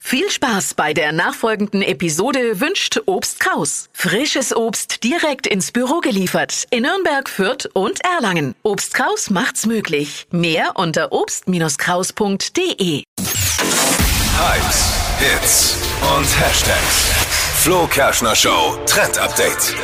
Viel Spaß bei der nachfolgenden Episode wünscht Obst Kraus. Frisches Obst direkt ins Büro geliefert in Nürnberg, Fürth und Erlangen. Obst Kraus macht's möglich. Mehr unter obst-kraus.de. Hypes, Hits und Hashtags. Flo Kerschner Show Trend Update.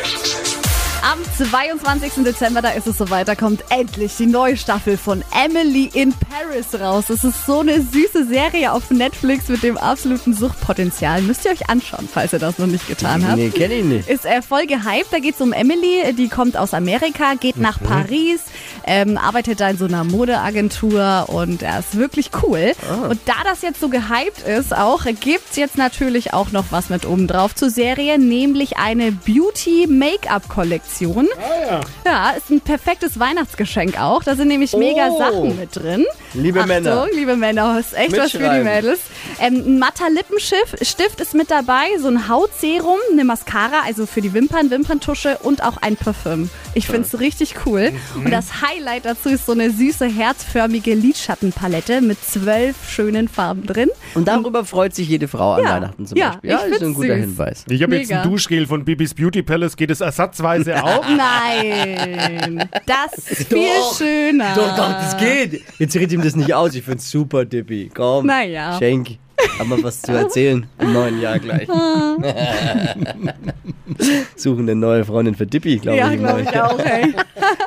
Am 22. Dezember, da ist es soweit, da kommt endlich die neue Staffel von Emily in Paris raus. Das ist so eine süße Serie auf Netflix mit dem absoluten Suchtpotenzial. Müsst ihr euch anschauen, falls ihr das noch nicht getan habt. Nee, kenn ich nicht. Ist äh, voll gehypt, da geht's um Emily, die kommt aus Amerika, geht nach Mhm. Paris, ähm, arbeitet da in so einer Modeagentur und er ist wirklich cool. Ah. Und da das jetzt so gehypt ist auch, gibt's jetzt natürlich auch noch was mit oben drauf zur Serie, nämlich eine Beauty-Make-up-Kollektion. Ah, Ja, ist ein perfektes Weihnachtsgeschenk auch. Da sind nämlich mega Oh. Sachen mit drin. Liebe Achtung, Männer. liebe Männer, ist echt was für die Mitschreiben. Mädels. Ähm, ein matter Lippenstift Stift ist mit dabei, so ein Hautserum, eine Mascara, also für die Wimpern, Wimperntusche und auch ein Parfüm. Ich find's richtig cool. Mhm. Und das Highlight dazu ist so eine süße, herzförmige Lidschattenpalette mit zwölf schönen Farben drin. Und darüber freut sich jede Frau an Ja. Weihnachten zum Ja, ich Beispiel. Ja, ist find's ein guter süß. Hinweis. Ich habe jetzt Mega. ein Duschgel von Bibis Beauty Palace, geht es ersatzweise auch. Nein, das ist viel Doch. schöner. Doch, doch, das geht. Jetzt red ihm das nicht aus. Ich find's super, Dippy. Komm, Naja. Schenk. Haben wir was zu erzählen im neuen Jahr gleich. Suchen eine neue Freundin für Dippy, glaube Ja, ich. im glaube neuen ich Jahr. auch, ey.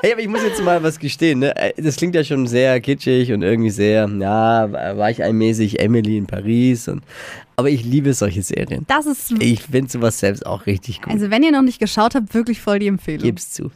Hey, aber ich muss jetzt mal was gestehen. Ne? Äh, Das klingt ja schon sehr kitschig und irgendwie sehr, ja, war ich einmäßig Emily in Paris. Und, aber ich liebe solche Serien. Das ist, Ich finde sowas selbst auch richtig gut. also wenn ihr noch nicht geschaut habt, wirklich voll die Empfehlung. Gib's zu.